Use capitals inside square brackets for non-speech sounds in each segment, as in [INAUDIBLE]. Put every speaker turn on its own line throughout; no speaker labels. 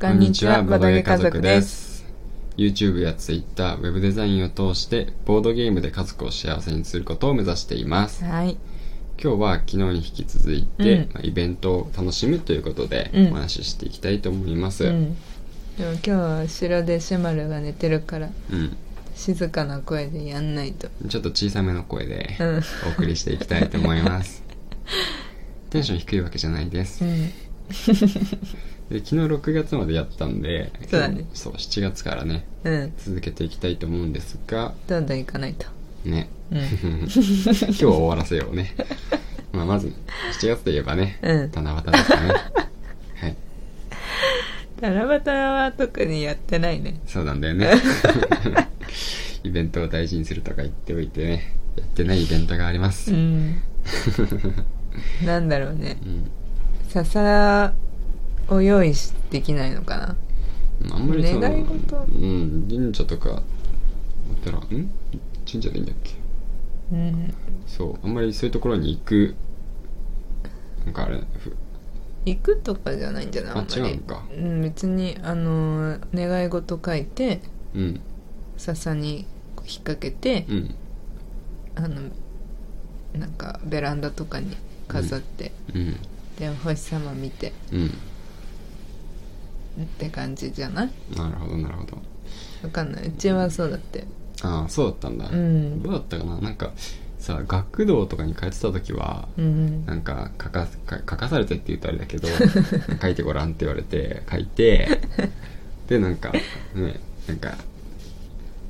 こんにちは、ボードゲ家族です。
す。YouTube や Twitter、Web デザインを通して、ボードゲームで家族を幸せにすることを目指しています。
はい。
今日は昨日に引き続いて、
うん
まあイベントを楽しむということで、
うん
お話ししていきたいと思います。
う
うん。
ん。でも今日は後ろでシュマルが寝てるから、静かな声でやんないと。
ちょっと小さめの声で
うん、
お送りしていきたいと思
[LAUGHS]
います。テンション低いわけじゃないです
う。ん。
で昨日6月までやったんで、
そうだね
そう、7月からね、
うん。
続けていきたいと思うんですが、
どんどん行かないと。
ね。
うん
[LAUGHS] 今日は終わらせようね。まあ、まず、7月といえばね、
うん
七夕です
[LAUGHS]
かね。はい。
七夕は特にやってないね。
そうなんだよね。
[LAUGHS]
イベントを大事にするとか言っておいてね、やってないイベントがありま
う
す。
ん。なんだろうね
う。ん。
笹を用意しできないのかな。
あんまりその、
願い事
うん、神社とか、お寺、ん神社でいいんだっけ
うん。
そう、あんまりそういうところに行く、なんかあれ、ふ
行くとかじゃないんじゃない
あ
あんまり
違うのか
うん、別に、あのー、願い事書いて、
うん、
笹にこう引っ掛けて、
うん、
あのなんかベランダとかに飾って、
うん、
でお星様見て
うん。
って感じじゃない
なるほど、なるほど。
わかんないうちはそうだって
ああそうだったんだ、
うん
どうだったかななんかさ学童とかに通ってた時は、
うん
なんか書かか書かされてって言うとあれだ
[LAUGHS]
けど書いてごらんって言われて書いてでなんかねなんか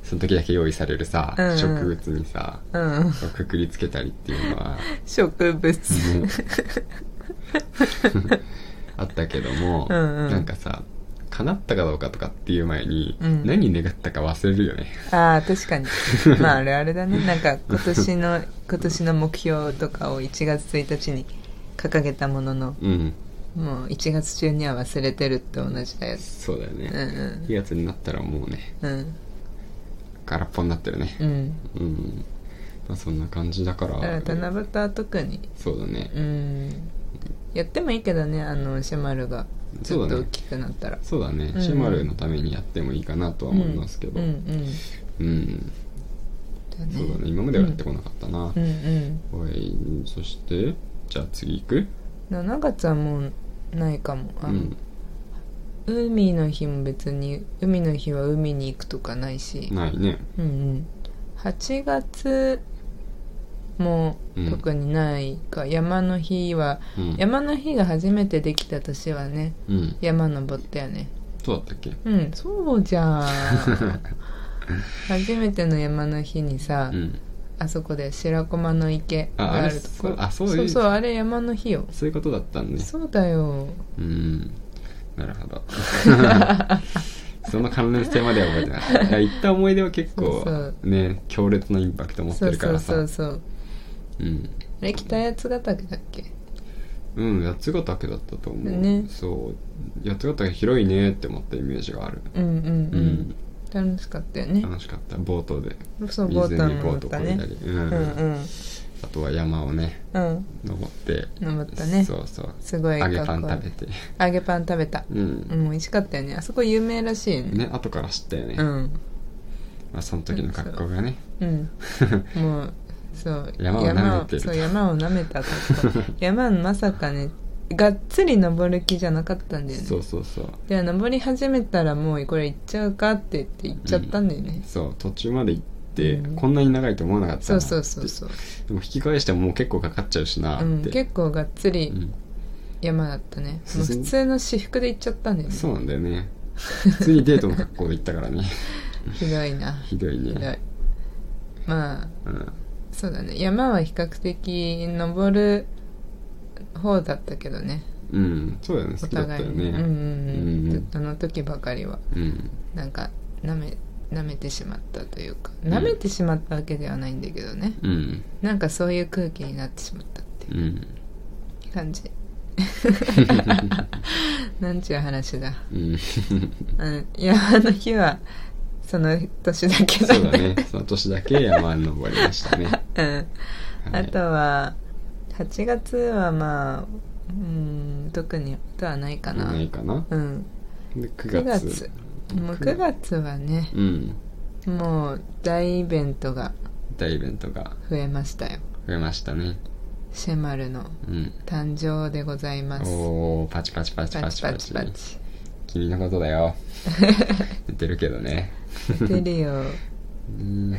その時だけ用意されるさ、
うんうん
植物にさ
うん
くくりつけたりっていうのは
植物
も
[LAUGHS]
うあったけども、
うんうん
なんかさ叶ったかどうかとかっていう前に、
うん
何願ったか忘れるよね
ああ確かにまああれあれだねなんか今年の今年の目標とかを1月1日に掲げたものの
うん
もう1月中には忘れてるって同じだよ
そうだよね、
うんうん
いいやつになったらもうね
うん
空っぽになってるね
うん
うん、まあそんな感じだから
だから七夕は特に
そうだね
うんやってもいいけどねあのシェマルがちょっと大きくなったら
そうだね、
うん
シマルのためにやってもいいかなとは思いますけど
う
うんん、
うん
そうだね今まではやってこなかったな、
うんうん
はいそしてじゃあ次行く
7月はもうないかもあ
う
の、
ん
海の日も別に海の日は海に行くとかないし、
ないね
うんうん、8月も
うん
特にないか、山の日は
うん
山の日が初めてできた年はね
うん
山登ったよね
そうだったっけ
うんそうじ
[LAUGHS]
ゃん初めての山の日にさ、
うん
あそこで白駒の池があるところ
ああれそうあそう
そ
いう
うそうあれ山の日よ
そういうことだったんで
そうだよ
うんなる
[LAUGHS]
ほどその関連性までは覚えてないいや行った思い出は結構
そう
ね強烈なインパクト持って
そう
るか
そう
らさ
そうそう
うん、
あれ北八ヶ岳だっけ
うん、八ヶ岳だったと思う、
ね
そう八ヶ岳広いねって思ったイメージがある
うんうん
う
うん
ん、
楽しかったよね
楽しかったボートで
そうボ
水
ー
に
トも
ボ
乗っ
ート
た
こいだ
ね
り、うん
うんうん
あとは山をね
うん
登って
登ったね
そうそう
すごい
揚げパン
かっ
食
こい
べ
い
て
揚げパン食べた
う、
うんん美味しかったよねあそこ有名らしいよね
ね後から知ったよね、
うん
まあ、その時の格好がね
うんもうそう
山を舐めて
山を
る
そう山を舐めたとこ
[LAUGHS]
山まさかねがっつり登る気じゃなかったんだよね
[LAUGHS] そうそうそう
で登り始めたらもうこれ行っちゃうかって言って行っちゃったんだよね、
そう途中まで行っ
う
て、
ん
こんなに長いと思わなかったな
そうそうそうそう、
でも引き返してももう結構かかっちゃうしなっ
う
て、
ん、結構がっつり
うん
山だったね、
進
もうん普通の私服で行っちゃったんだよね
そうなんだよね普通にデートの格好で行ったからね [LAUGHS]
ひどいな
ひどいね
ひどいまあ
うん、
そうだね山は比較的登る方だったけどね
うん、そうだよね
お
好きだった
互い
よ
に
ね
うんうんうん、
うん
あの時ばかりは
うん
なんかなめ舐めてしまったというか舐めてしまったわけではないんだけどね、
うん
なんかそういう空気になってしまったっていう
うん
感
[LAUGHS]
じなんちゅう話だ、
うん
[LAUGHS] うん、山の日はその年だけだ
そうだねその年だけ山に登りましたね、
[LAUGHS] うん
は
[LAUGHS] あ
い
とは8月はまあうん特にことはないかな
ないかな
うん
で9
9
月
月もう9月はね
うん
もう大イベントが
大イベントが
増えましたよ
増えましたね
シェマルの
うん
誕生でございます
おおパチパチパチ
パ
パチ
チ
パ
パ
チ
チパチ
君のことだよ言ってるけどね
[LAUGHS] 出るよ
[LAUGHS] うん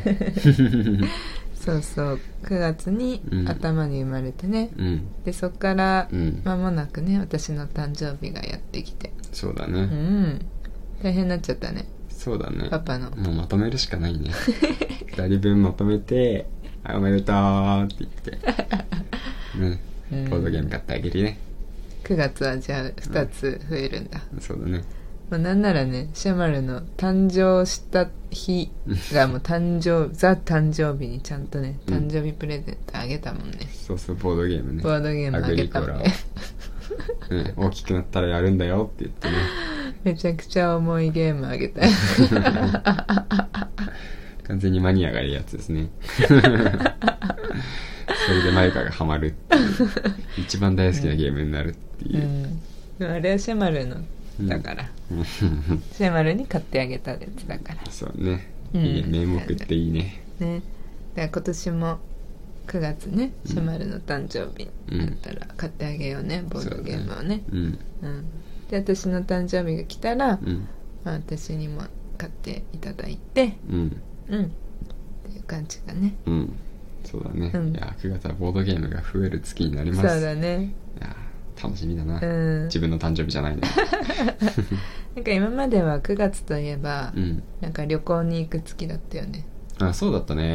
そうそう9月に
うん
頭に生まれてね、
うん
でそっから
うん
間もなくね私の誕生日がやってきて
そうだ
う
ね
ん大変になっちゃったね
そうだね
パパの
もうまとめるしかない
[LAUGHS]
ね二人分まとめて「はいおめでとう」って言
[LAUGHS]
ってね
うん
ボードゲーム買ってあげるね
9月はじゃあ2つ増えるんだ、
そうだね
まあ、なんならねシェマルの誕生した日が [LAUGHS] もう誕生ザ誕生日にちゃんとね
うん
誕生日プレゼントあげたもんね、
そうそうボードゲームね
ボードゲームあげたもん
アグ
ね
リコラを、ね、大きくなったらやるんだよって言っ
[LAUGHS]
てね
めちゃくちゃ重いゲームあげ
[LAUGHS]
たよ
完全にマニアがいいやつで
[LAUGHS]
すねそれでマイカがハマるって
[LAUGHS]
いう一番大好きなゲームになるっていうう、
んでもあれはシェマルのだ
[LAUGHS]
から、シェマルに買ってあげたやつだから
そうね、
うん
いいね名目っていいね
ねだから今年も9月ねシェマルの誕生日だったら買ってあげようね、ボードゲームをね
うん
うんで私の誕生日が来たら、
うん
まあ、私にも買っていただいて
うん
うんっていう感じがね
うんそうだね、
うん
いや9月はボードゲームが増える月になり
そ
ま
う
す
だね
いや楽しみだな、
うん
自分の誕生日じゃないのに
なんか今までは9月といえば、
うん
なんか旅行に行く月だったよね
あそうだった
う
ね、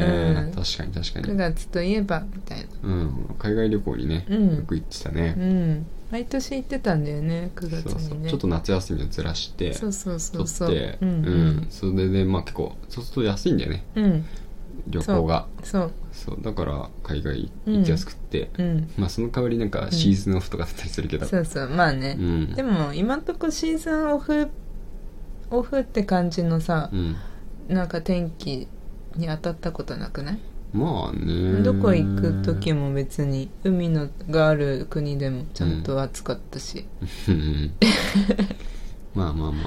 ん
確かに確か
9
に、
月といえばみたいな
うん、海外旅行にね、
うん
よく行ってたね、
うん毎年行ってたんだよね9月
そうそう
にね
ちょっと夏休みをずらして
そうそうそ
取
う
っ
そう
て
うん
うんそれでまあ結構そうすると安いんだよね
うん、うん、
旅行が
そう
そうだから海外行きやすくって、
うん
まあその代わりなんかシーズンオフとかだったりするけど
そうそうまあね
う、ん
でも今んとこシーズンオフオフって感じのさ
う、ん
なんか天気に当たったことなくない、
まあね
どこ行く時も別に海のがある国でもちゃんと暑かったし、
うんまあまあまあま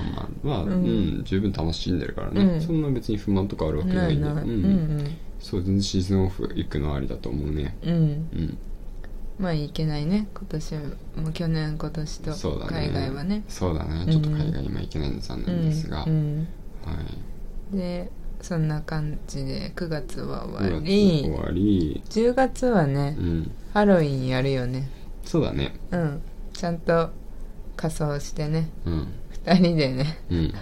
あまあ、
う
う
んん
十分楽しんでるからね、
うん
そんな別に不満とかあるわけ
な
ない
い
んで
ない、う、
うんん、そう全然シーズンオフ行くのはありだと思うね
うんうん
うん
まあいけないね今年も去年今年と
そうだね
海外はね
そうだね
うん
ちょっと海外今行けないの残
う
念
ん
ですが、
うん
はい
でそんな感じで9月は終わ
9月
り
終わり
10月はね、
うん
ハロウィンやるよね
そうだね
うんちゃんと仮装してね
うん
2人でね [LAUGHS]
うん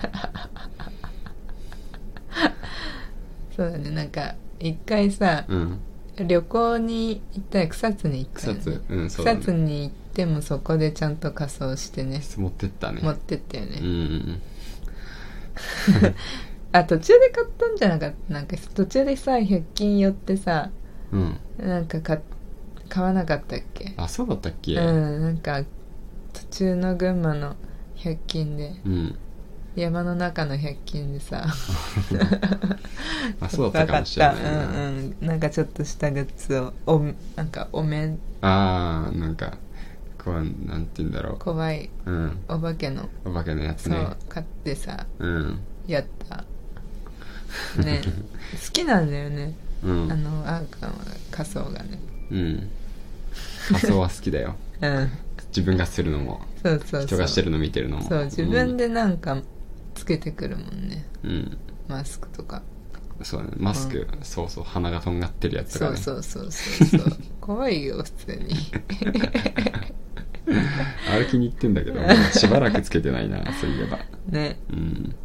そうだねなんか一回さ [LAUGHS]
うん
旅行に行ったよ草津に行った
草
よね
津うんそうだ
草津
ね
に行ってもそこでちゃんと仮装してね
持ってったね
持ってったよね、
うんうん
あ途中で買ったんじゃなかったなんか途中でさ100均寄ってさ
うんうん
なんか買買わなかったっけ
あそうだったっけ
うんなんか途中の群馬の100均で
うん
山の中の100均でさ
あ [LAUGHS] そうだったかもしれない
わかった
な
うんうんなんかちょっとしたグッズをおなんかお面
あーなんかこうなんて言うんだろ
怖いう
うん
お化けの
お化けのやつ
そう、
ね
買ってさ
うん
やった
[LAUGHS]
ね好きなんだよね
う
あ
ん
のあーくんは仮装がね
うん仮装は好きだよ [LAUGHS]
うん
自分がするのも
そうそうそう
人がしてるの見てるのも
そう自分でなんかつけてくるもんね
うんうん
マスクとか
そうだねマスクそうそう鼻がとんがってるやつと
そ
か
う
ね [LAUGHS]
そうそうそうそう怖いよ普通に
歩きに行ってんだけどもうしばらくつけてないなそういえば
ね
うん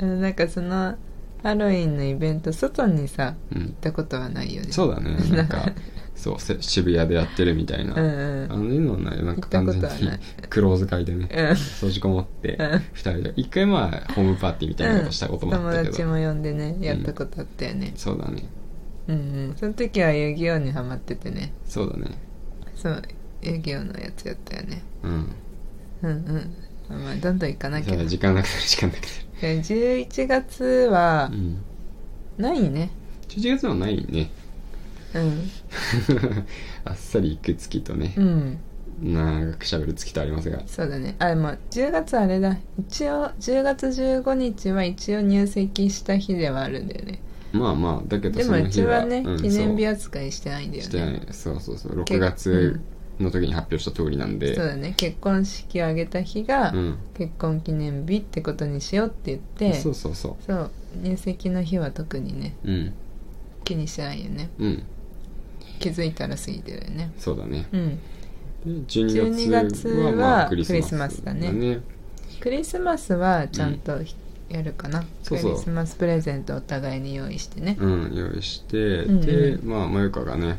あのなんかそのハロウィンのイベント外にさ
う
行
ん
ったことは [LAUGHS] ないよね
そうだねなんかそうせ渋谷でやってるみたいな、
うん
あ
うん
のいうのはないなんか
行
完
ったこ
全
と
に
はない
黒使いでね
うん
閉じこもって
うん
二人で一回まあホームパーティーみたいなことしたこともあ
友
ったけ
達
ど、
も呼んでねやったことあったよね、
そうだね
うんうんその時は遊戯王にハマっててね
そうだね
そう遊戯王のやつやったよね
うん
うんうんまあどんどん行かなき
そ
ゃ
うだ
な
時間なくなる時間なくな
で11月は
る、うん、
ないね
11月はないね [LAUGHS]
うん
あっさり行く月とね
う、ん
長く喋る月とありますが
そうだねあでも10月あれだ一応10月15日は一応入籍した日ではあるんだよね
まあまあだけど
で
そ
も
の
う
日
ちは
は
ね、
うん
記念日
そう
扱いしてないんだよ
してな
ね
いそうそうそう
け
6月の時に発表した通りなんで
そうだね結婚式を挙げた日が、
うん
結婚記念日ってことにしようって言って
そうそうそ
そう入籍の日は特にね
ううん
気にしてないよね
うん
気づいたら過ぎてるよね
そうだね
うん
で12
12月
月
は
はまあクリ
クリス
ス
マ
マ
ス
ス
だ
だ
ね
ね
クリスマスはちゃんとひやるかな、
そうそう
クリスマスプレゼントお互いに用意してね、
うん用意して
うん
で
う
まあまゆかがね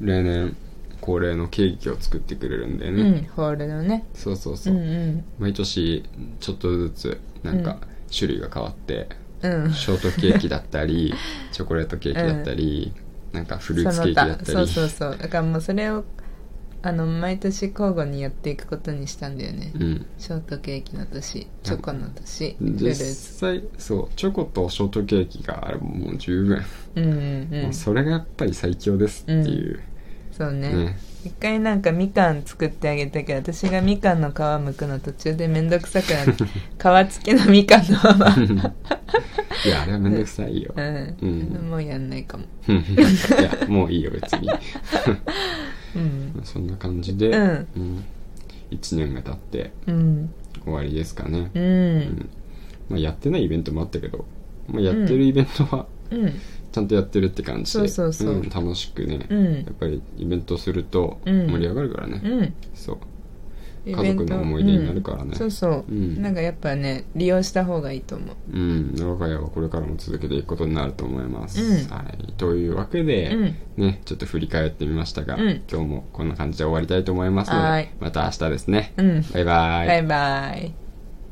例年恒例のケーキを作ってくれるんだよ
うん
ね
ホールのね
そうそうそううん
うん
毎年ちょっとずつなん
うん
か種類が変わって、
うん
ショートケ
[LAUGHS]
ーキだったりチョコレートケーキだったり、なんかフルーツケーキだったり
その他そうそうそうだからもうそれをあの毎年交互にやっていくことにしたんだよね、
うん
ショートケーキの年チョコの年フル
実
ーツ
際そうチョコとショートケーキがあれもう十分、
うんうんう
も
ん
う
そ
それがやっぱり最強ですっていう、
うね
ね
一回なんかみかん作ってあげたけど私がみかんの皮むくの途中で面倒くさくな
[LAUGHS]
って皮付きのみかんのまま
いやあれはめんどくさいよ、
うん、
うん
もうやんないかも
うんいやもういいよ別に
うん
そんな感じで、
うん
1年が経って
うん
終わりですかね、
う
うんんまあ、やってないイベントもあったけど、まあ、やってるイベントは
うん
ちゃんとやってるって感じで、
そうそうそうん
楽しくね、
うん
やっぱりイベントすると
うん
盛り上がるからね、
うん
そう
イ
家
ベント
族の思い出になるからね
うんそうそう、
うん
なんかやっぱね利用した方がいいと思う
うん我が家はこれからも続けていくことになると思います、
うん
はい、というわけで、
うん
ねちょっと振り返ってみましたが、
うん
今日もこんな感じで終わりたいと思いますの
は
で
い
また明日ですね、
うん
バイバイ
バイバイ